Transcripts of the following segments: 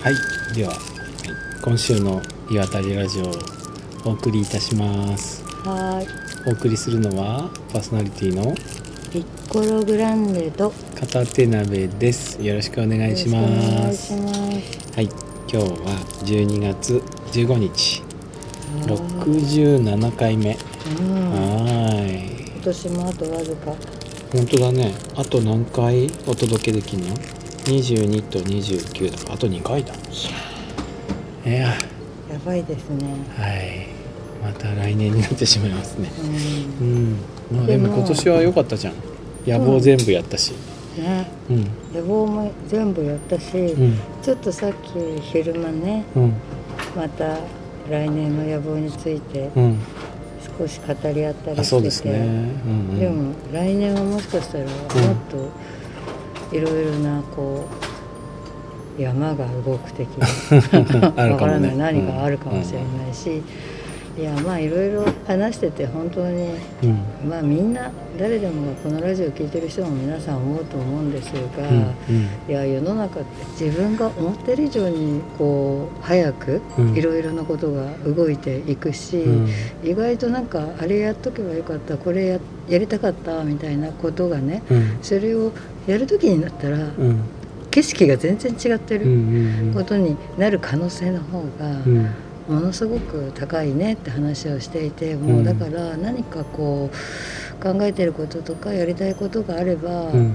はいでは今週の「日渡りラジオ」お送りいたしますはーい。お送りするのはパーソナリティのピッコログランデと。片手鍋ですよろしくお願いしますよろしくお願いしはい今日は12月15日ます。 67回目うん。今はーい年もあとわずか。本当だねあと何回お届けできんの22と29だからあと2回だいややばいですね。はいまた来年になってしまいますねうん。うんまあでもでも今年は良かったじゃん野望全部やったしね。うん予防も全部やったし、うんちょっとさっき昼間ね、うんまた来年の野望についてうん少し語り合ったありそうでしすてて、ねうんうんでも来年はもしかしたらもっといろいろなこう山が動く的な。 あるわかもからなねい何かあるかもしれないし、いやまあいろいろ話してて本当にうんうんまあみんな誰でもがこのラジオ聞いてる人も皆さん思うと思うんですが、うんいや世の中って自分が思ってる以上にこう早くうんいろいろなことが動いていくし、うん意外となんかあれやっとけばよかったこれややりたかったみたいなことがねうんそれをやる時になったらうんうん景色が全然違ってうんうるんことになる可能性の方がうんうんものすごく高いねって話をしていてうもんうだから何かこう考えてることとかやりたいことがあれば、うん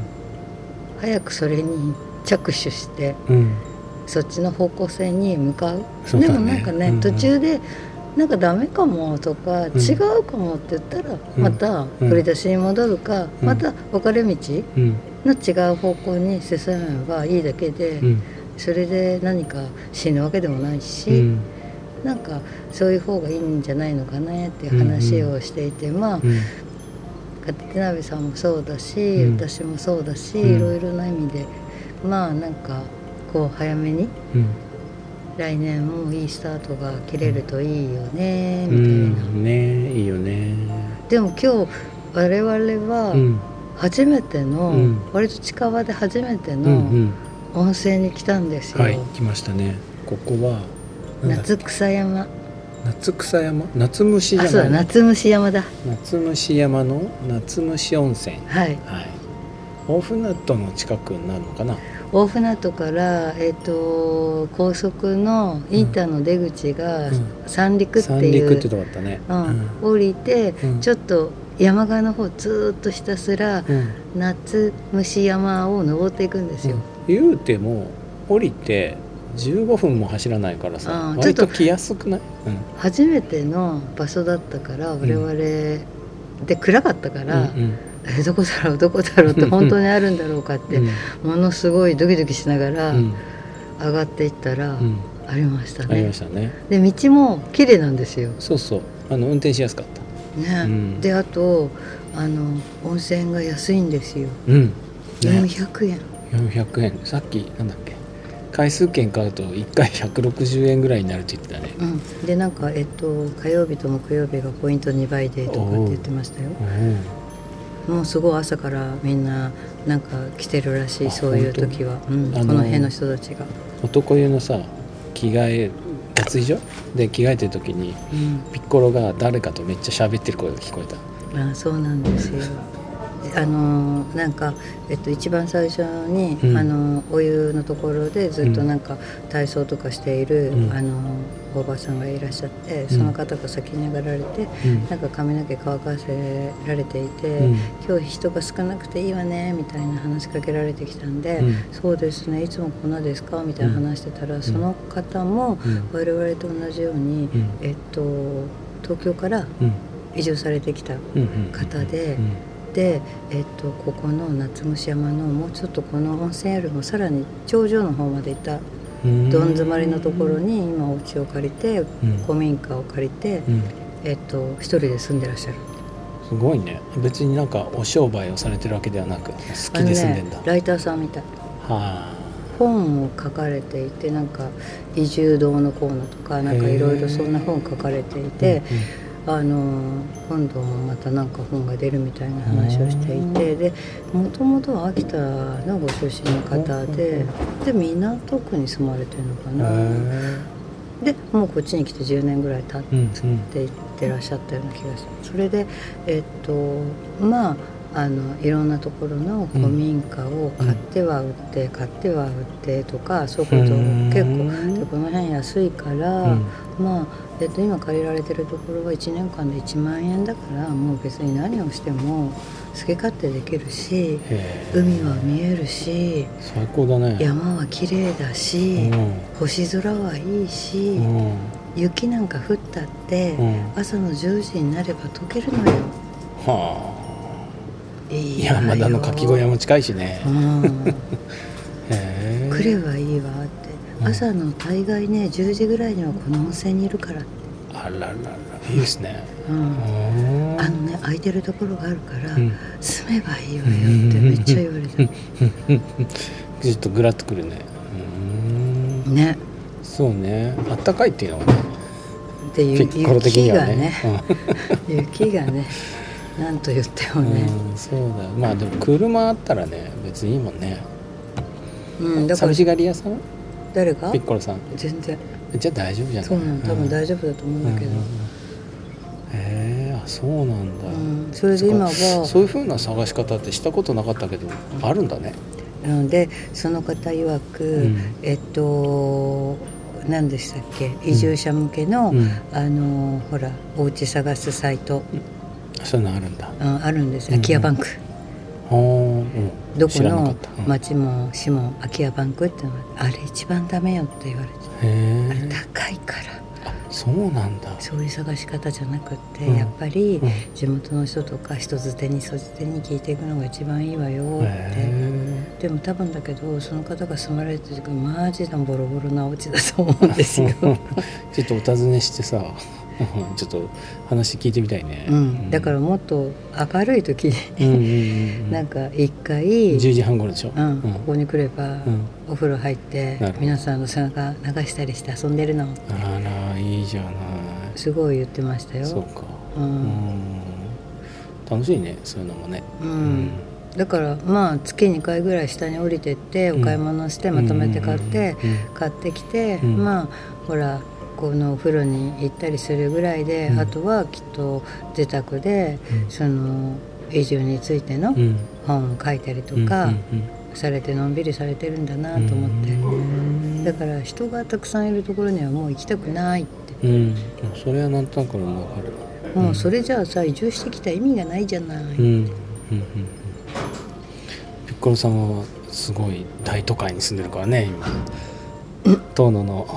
早くそれに着手してうんそっちの方向性に向かうそうだでねもなんかね、うんうん途中でなんかダメかもとか、ん違うかもって言ったらうんまた振り出しに戻るか、うんまた分かれ道うんの違う方向に進めばいいだけで、うんそれで何か死ぬわけでもないし。うんなんかそういう方がいいんじゃないのかねっていう話をしていて、まあうん勝手鍋さんもそうだし、うん私もそうだし、うんいろいろな意味でまあなんかこう早めにうん来年もいいスタートが切れるといいよねうみたいな、んねいいよねでも今日我々うはん初めての、うん割と近場で初めてうんうのん温泉に来たんですよ、はい来ましたねここはなんだっけ夏草山夏草山夏虫あじそうゃだない夏虫山だ夏虫山の夏虫温泉はいはい大船渡の近くになるのかな大船渡から、えっと高速のインターの出口がうん三陸って三い陸ってとう、こだったねうん降りて、うんちょっと山側の方ずーっとひたすらうん夏虫山を登っていくんですよ、言うても降りて15分も走らないからさあー割ちょとっと来やすくない初めての場所だったから我々、で暗かったかうんら、うんえ どこだろうどこだろうって本当にあるんだろうかっうて、んものすごいドキドキしながらうん上がっていったら、うんありましたありねましたねで道も綺麗なんですよそうそうあの運転しやすかったね、うんであとあの温泉が安いんですよ、うんね400円400円さっきなんだっけ回数券買うと1回160円ぐらいになるって言ってたねうんでなんかえっと火曜日と木曜日がポイント2倍でとかって言ってましたよもうすごい朝からみんななんか来てるらしあいそうい本う当時は、うん、あこのーの辺の人たちが、男湯のさ着替え脱衣所で着替えてる時にうピッコロが誰かとめっちゃ喋ってる声が聞こえたん、あそうなんですよあのーなんか、えっと、一番最初に、うんあのーお湯のところでずっとなんか体操とかしている、うんあのーおばさんがいらっしゃってんその方が先に上がられて、うんなんか髪の毛乾かせられていて、うん今日人が少なくていいわねみたいな話しかけられてきたんで、うんそうですねいつもこんなですかみたいな話してたら、その方もうん我々と同じよううに、んえっと東京からうん移住されてきたうんうん方でうんで、えっと、ここの夏虫山のもうちょっとこの温泉よりもさらに頂上の方まで行ったうんどん詰まりのところに今お家を借りてうん古民家を借りて、うんえっと、一人で住んでらっしゃる。すごいね別になんかお商売をされてるわけではなく好きで住んでんだ、あのね、ライターさんみたいは本を書かれていてなんか移住堂のコーナーとかなんかいろいろそんな本書かれていて、ああの今度またなんか本が出るみたいな話をしていてでもともとは秋田のご出身の方でで港区に住まれてるのかなでもうこっちに来て10年ぐらい経って。うんうんって言ってらっしゃったような気がするそれでえっとまああのいろんなところの古民家を買っては売って、買っては売ってとかそういうことを結うん構でこの辺安いから、うんまあ、えっと、今借りられてるところは1年間で1万円だからもう別に何をしても好き勝手できるしへー海は見えるし最高だね山は綺麗だし、う星空はいいし、んうん雪なんか降ったって。うん朝の10時になれば溶けるのよはあいや山田のかき小屋も近いしねうんへえ来ればいいわってうん朝の大概ね10時ぐらいにはこの温泉にいるからって、あらららいいですねう、うんんあのね空いてるところがあるから、うん住めばいいわよってめっちゃ言われた、 ちょっとグラッとくるねうんねそうねあったかいっていうのはねでゆ ピッコロ的雪にがはねね雪がねなんと言ってもうんね、うんそうだまあでも車あったらね別にいいもんねうんだから寂しがり屋さん誰がピッコロさん全然じゃあ大丈夫じゃないそうなの多分大丈夫だと思うんだけど、うんうんうんへえあそうなんだ、うんそれで今はそっかそういうふうな探し方ってしたことなかったけどあるんだね、なのでその方曰く、うんえっと何でしたっけ移住者向けの、うん、あのほらお家探すサイト、そういうのあるんだうんあるんですうん空き家バンク、あー、うん、どこ知らなかっのた、うん、へ町も市も空き家バンクってのがあれ一番ダメよって言われてあれえ高いからあそうなんだそういう探し方じゃなくって、うんやっぱりうん地元の人とか人づてに人づてに聞いていくのが一番いいわよって。へでも多分だけどその方が住まれてる時マジのボロボロなお家だと思うんですよ。えちょっとお尋ねしてさちょっと話聞いてみたいね、うん、だからもっと明るい時うんうんうんうんなんか一回、 10時半頃でしょ、うん、ここに来れば、うんお風呂入ってなるほど皆さんの背中流したりして遊んでるのあらいいじゃないすごい言ってましたよ。そうかううんん楽しいねそういうのもねううんだからまあ月2回ぐらい下に降りてってお買い物してまとめて買って、うん買ってきて、うんまあほらこのお風呂に行ったりするぐらいで、うんあとはきっと自宅で、うんその移住についてうのん本を書いたりとうんかうんされてのんびりされてるんだなうんと思って、うんだから人がたくさんいるところにはもう行きたくないって、うんそれはなんとなく俺もわかるもうそれじゃあさ移住してきた意味がないじゃない、うんうんうんうんピッコロさんはすごい大都会に住んでるからね今遠野の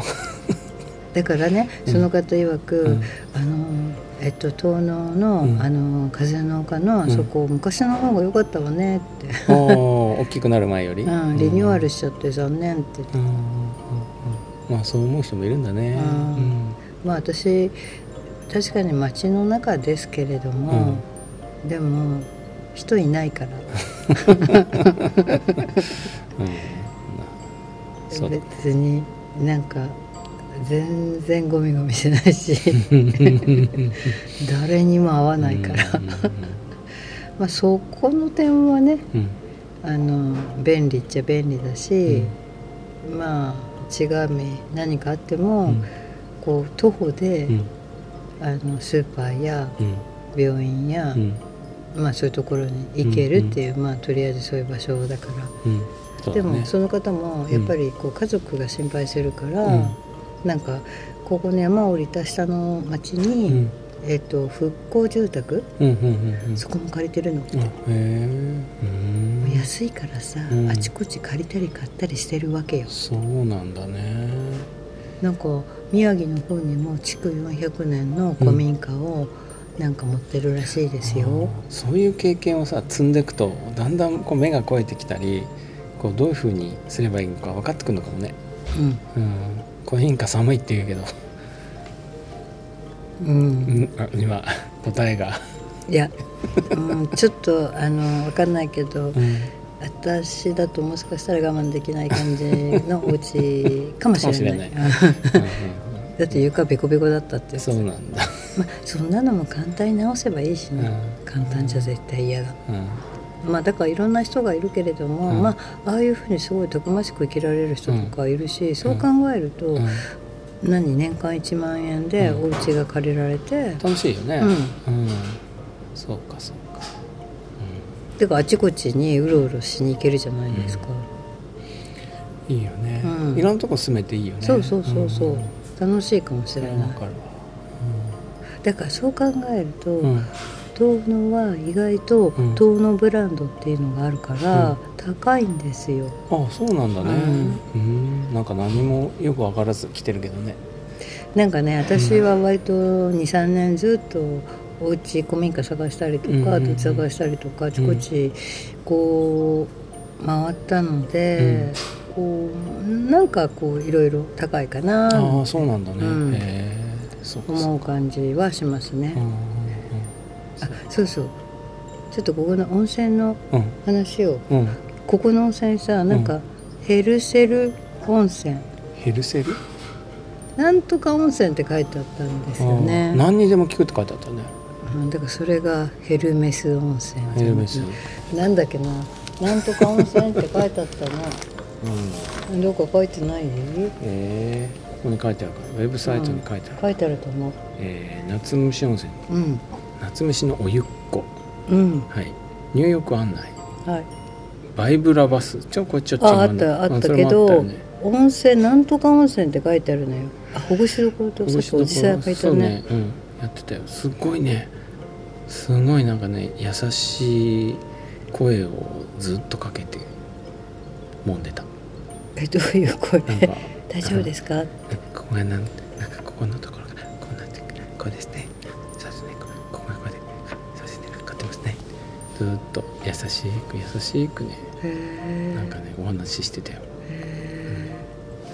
だからねその方曰く、うんあのえっと東能の、うんあの風の丘のあそこ、昔の方が良かったわねって、おー大きくなる前よりうん、リニューアルしちゃって残念って言って、うんうんうんうんまあそう思う人もいるんだねうんうんまあ私確かに街の中ですけれども、でも人いないからうんそうだ別になんか全然ゴミゴミしな いし誰にも会わないから、うんうん まあそこの点はねうんあの便利っちゃ便利だし、まあ違う目何かあっても、うんこう徒歩で、うんあのスーパーやうん病院や、うんまあ、そういうところに行けるっていう、まあ、とりあえずそういう場所だから。うんそうでだねもその方もやっぱりこう家族が心配するから、うんなんかここの山を降りた下の町うに、んえっと復興住宅、うんうんうんうんそこも借りてるの、あへえうん安いからさ、うんあちこち借りたり買ったりしてるわけよそうなんだねなんか宮城の方にも築400年の古民家をなんか持ってるらしいですよ、あーそういう経験をさ積んでいくとだんだんこう目が肥えてきたりこうどういうふうにすればいいのか分かってくるのかもねうんうんこう変化寒いって言うけど、うんうん、あ今答えが、いや、うん、ちょっとあのわかんないけうどん、私だともしかしたら我慢できない感じのお家かもしれない かもしれなだって床ベコベコだったってそうなんだまあ、そんなのも簡単に直せばいいしね、うん簡単じゃ絶対嫌だ、うんまあ、だからいろんな人がいるけれども、うんまあ、ああいうふうにすごいたくましく生きられる人とかいるし、そう考えると、うん何年間1万円でおうん家が借りられて、楽しいよねうん、そうかそうかてかあちこちにうろうろしに行けるじゃないですか、うんいいよね、うんいろんなとこ住めていいよねそうそうそうそう、ん楽しいかもしれわないかるわだからそう考えると、うん、うん東農は意外とうん東農ブランドっていうのがあるからうん高いんですよ、あそうなんだねうん、なんか何もよく分からず来てるけどねなんかね私は割と23年ずっとお家古民家探したりとうんうんうんか土地探したりとかあちこちこう回ったので、こうなんかこういろいろ高いかあなあとそうなんだね、うんへえそうかそう思う感じはしますね、うんあそうそうちょっとここの温泉のうん話をうん、うん、ここの温泉さなんうかヘルセル温泉ヘルセルなんとか温泉って書いてあったんですよあねー。何にでも聞くって書いてあったねうんだからそれがヘルメス温泉ヘルメス、うん、なんだっけな。なんとか温泉って書いてあった な。どうか書いてない？えー、ここに書いてあるからウェブサイトに書いてある、書いてあると思う。えー夏虫温泉うん夏虫のお湯っこうんはい入浴案内はい。バイブラバスちょこちょっとああったあったけど温泉なんとか温泉って書いてあるのよ。あ保護しどころとさっきおじさんが書いたそうね。ね、うん、やってたよすごいねすごいなんかね優しい声をずっとかけて揉んでたえ どういう声？なんか 大丈夫ですか？ここがなんなんかここのところがこうなってくるこうですねそうですねここここがこうでそうですねこうやってますねずっと優しく優しくねへえなんかねお話ししてたよへ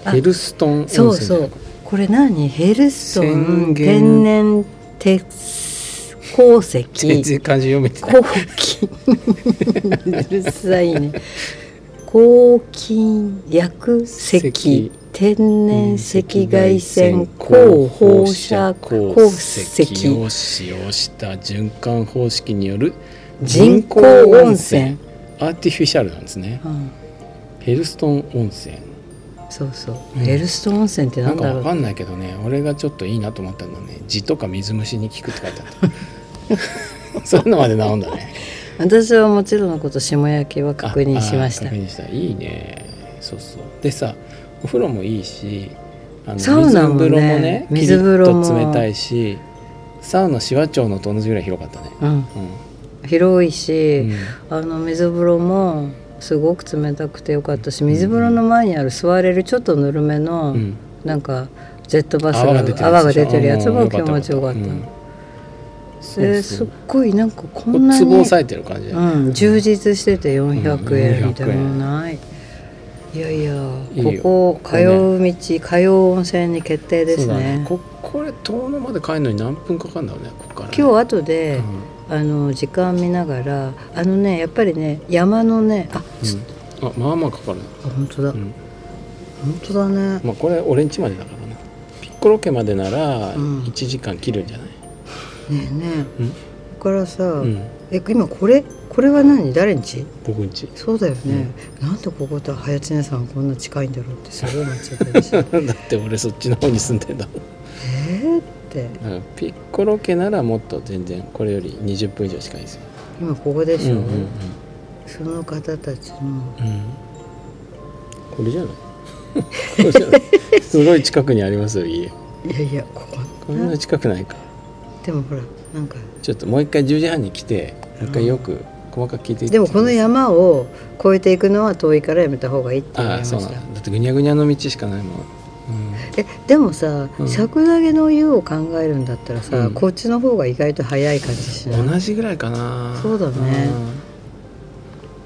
ーあヘルストン温泉そうそうこれ何ヘルスト宣ン言天然鉄鉱石全然漢字読めてない抗菌うるさいね抗菌薬石石天然赤外線高高放射鉱石を使用した循環方式による人工温泉、アーティフィシャルなんですねうん、ヘルストン温泉そうそう、うんヘルストン温泉ってななんんかだわろかうんないけどね俺がちょっといいなと思ったのはね字とか水虫に効くって書いてあ ったそういうのまで治んだね私はもちろんのこと霜焼きは確認しましあたあ確認したいいねそうそうでさお風呂もいいしあのそうなの水ね風呂もね水風呂もキリッと冷たいしサウナ紫波町のと同じぐらい広かったねうんう広いし、ん、うんあの水風呂もすごく冷たくてよかったし水風呂の前にある座れるちょっとぬるめの、うんなんかジェットバスが泡が出てるやつ泡が出てるやつうもん気持ちよかった、うんそうでそすっうごいなんかここんな壺をに、押さえてる感じだよ、うん、充実してて400うん円みたいな400の円ない、いやいやいいよここ通う道、通う温泉に決定でそすうだねここれ遠野まで帰るのに何分かかるんだろうねここからね、今日後で、うんあの時間見ながらあのねやっぱりね山のねあ、うんあまあまあかかるな、あ本当だ、うん本当だねまあ、これ俺んちまでだからなピッコロ家までならうん1時間切るんじゃない、ねえねえうんここからさ、うん、え今これこれは何誰んち僕んち そうだよね、なんでここと早知根さんこんな近いんだろうってすごい思っちゃった りしてだって俺そっちの方に住んでんだもんえーってだからピッコロ家ならもっと全然これより20分以上近いですよ、今ここでしょ、うんうんうんその方たちのうんこれじゃない これじゃないすごい近くにありますよ家いやいやこここんな近くないかでもほらなんかちょっともう一回10時半に来てもう一回よく細かく聞いていってでもこの山を越えていくのは遠いからやめた方がいいって言わあれあまそうしなんただだってぐにゃぐにゃの道しかないもん、うん、えでもさ、うん作田毛の湯を考えるんだったらさ、うんこっちの方が意外と早い感じしない同じぐらいかなそうだねうん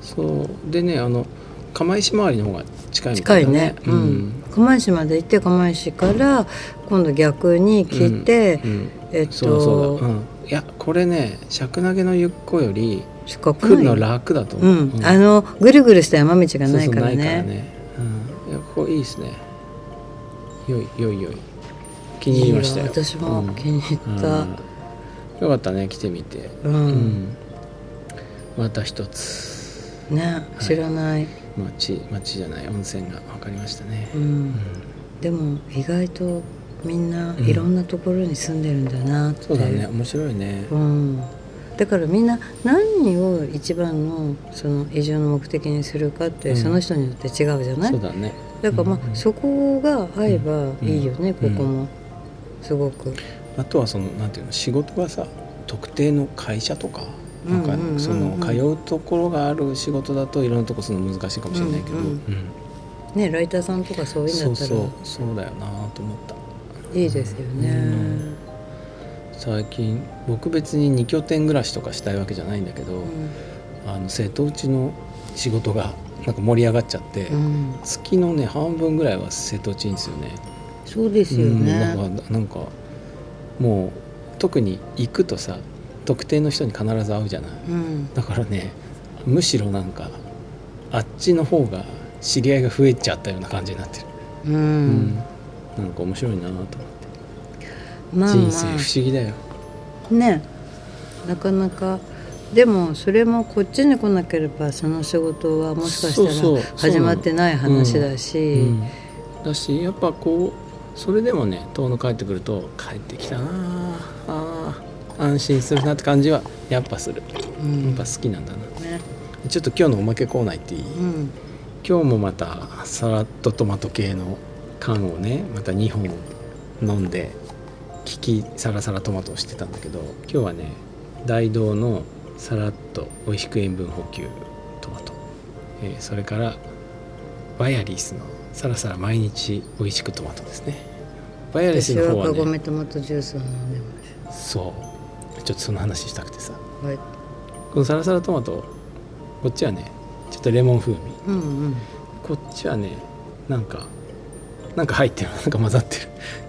そうでねあの釜石周りの方が近いみた近いいだね、うん釜石まで行って釜石から今度逆に来て、うんうんえっとそうそうだ、うん、いやこれね尺投げのゆっこより近く来なるいの楽だとう思う、ん、あのぐるぐるした山道がないからそうそうないからねね、うん、いやここいいですね良い良い良い気に入りましたよいいわ私も気に入った、うんよかったね来てみてうんうんまた一つねい知らない、町町じゃない温泉が分かりましたねううんん、でも意外とみんなうんいろんなところに住んでるんだなって、そうだね面白いねうん、だからみんな何を一番のその移住の目的にするかって、うんその人によって違うじゃないそうだだねからまあ、うんそこが合えばいいよね、うんここもすごく。あとはそのなんていうの仕事がさ特定の会社とかなんかうんうんうんうんその通うところがある仕事だといろんなとこするの難しいかもしれないけど、ううんうんんねライターさんとかそういうんだそっうたらそうそうだよなと思ったいいですよね。うん最近僕別に2拠点暮らしとかしたいわけじゃないんだけど、あの瀬戸内の仕事がなんか盛り上がっちゃって、うんうん月のね半分ぐらいは瀬戸内にですよね。そうですようんね。なんかなんかもう特に行くとさ特定の人に必ず会うじゃないうんだからねむしろなんかあっちの方が知り合いが増えちゃったような感じになってる、うんうんなんか面白いなと思って、まあま人生あ不思議だよねなかなかでもそれもこっちに来なければその仕事はもしかしたそうらそうそう始まってない話だうしんだしやっぱこうそれでもね遠野帰ってくると帰ってきたなああ安心するなって感じはやっぱするうんやっぱ好きなんだなねちょっと今日のおまけコーナー行っていい、うん今日もまたサラッとトマト系の缶をねまた2本飲んで利きサラサラトマトをしてたんだけど今日はね大道のサラッと美味しく塩分補給トマト、えーそれからバヤリスのサラサラ毎日美味しくトマトですねバヤリス私のは方カゴはねメトマトジュースを飲んでまそうちょっとその話したくてさすはいこのサラサラトマトこっちはねちょっとレモン風味うんうんこっちはねなんかなんか入ってる なんか混ざってる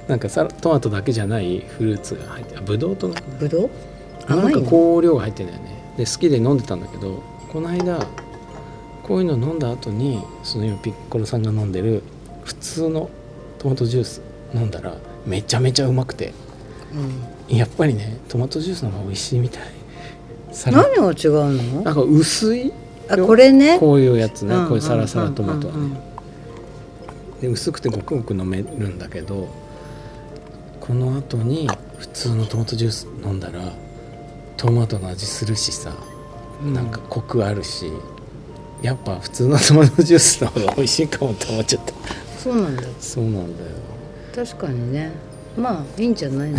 なんかさトマトだけじゃないフルーツが入ってるあぶどうとなぶどうな甘んいかの香料が入ってるんだよねで好きで飲んでたんだけどこの間こういうの飲んだ後にその今ピッコロさんが飲んでる普通のトマトジュース飲んだらめちゃめちゃうまくてうんやっぱりねトマトジュースの方が美味しいみたいさら何が違うなんのか薄いあこれねこういうやつねうんうんこういうサラサラトマトはね、うんうんで薄くてごくごく飲めるんだけどこの後に普通のトマトジュース飲んだらトマトの味するしさうんなんかコクあるし、やっぱ普通のトマトジュースの方が美味しいかもって思っちゃったそうなんだそうなんだよ確かにねまあいいんじゃ ないの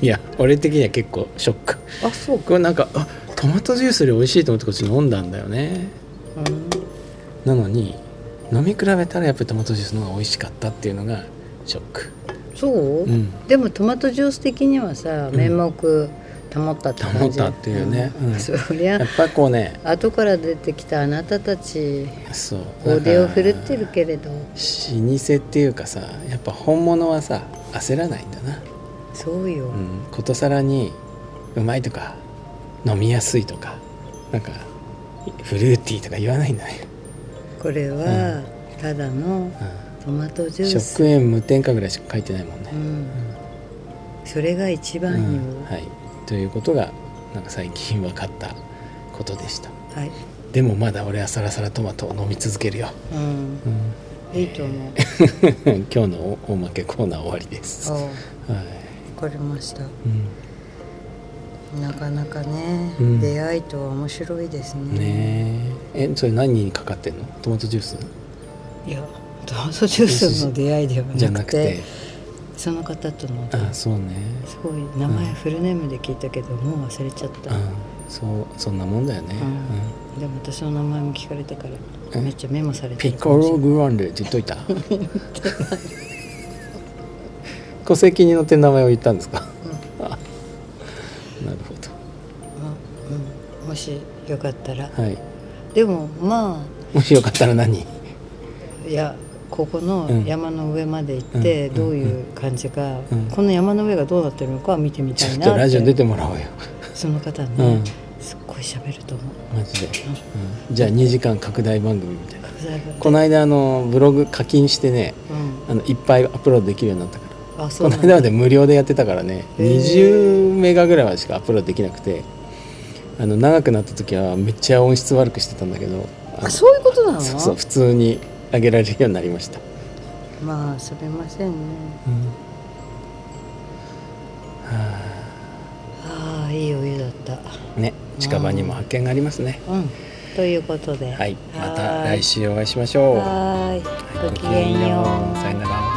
いや俺的には結構ショックあそうかこれなんかあトマトジュースより美味しいと思ってこっち飲んだんだよねうんなのに飲み比べたらやっぱりトマトジュースの方が美味しかったっていうのがショックそううんでもトマトジュース的にはさうん面目保ったって感じ保ったっていうねんうんそりやゃっぱこうね後から出てきたあなたたちそう腕を振るってるけれど老舗っていうかさやっぱ本物はさ焦らないんだな、そうよ、うん、ことさらにうまいとか飲みやすいとかなんかフルーティーとか言わないんだね、これはただのうトマトジん、ュース、食塩無添加ぐらいしか書いてないもんねう、ん、それが一う番よ、んはい、ということがなんか最近分かったことでしたはい、でもまだ俺はサラサラトマトを飲み続けるよ、うん、いいと思う 今日のおおまけコーナー終わりです、はあい分かりましたうんなかなかね、うん出会いとは面白いですねねええそれ何にかかってんのトマトジュースいやトマトジュースの出会いではじゃななくくててその方とのあそうねすごい名前フルネームで聞いたけど、もう忘れちゃった、あそうそんなもんだよね、うでも私の名前も聞かれたからうんめっちゃメモされうんてピるコログランデって言っといた戸籍に載ってる名前を言ったんですか、あ なるほうんうんもしよかったらどはいでもまもしよかったら何あいやここのうん山の上まで行ってうんどういう感じか、うんこの山の上がどうなってるのかは見てみちたょいっなとラジオ出っててもらおうよその方ね、うんすっごい喋ると思うマジで、うんじゃあ2時間拡大番組みたいなふざけてこの間あのブログ課金してねうんあのいっぱいアップロードできるようになったからあそこうのなん間だまで無料でやってたからねへー20メガぐらいまでしかアップロードできなくてあの長くなった時はめっちゃ音質悪くしてたんだけどああそういうことなのそうそう普通に上げられるようになりました、まあそれませんねはああいいお湯だったあね近場にも発見がありますねうんということではいまたはーい来週お会いしましょうはーいはいごきげんようさよなら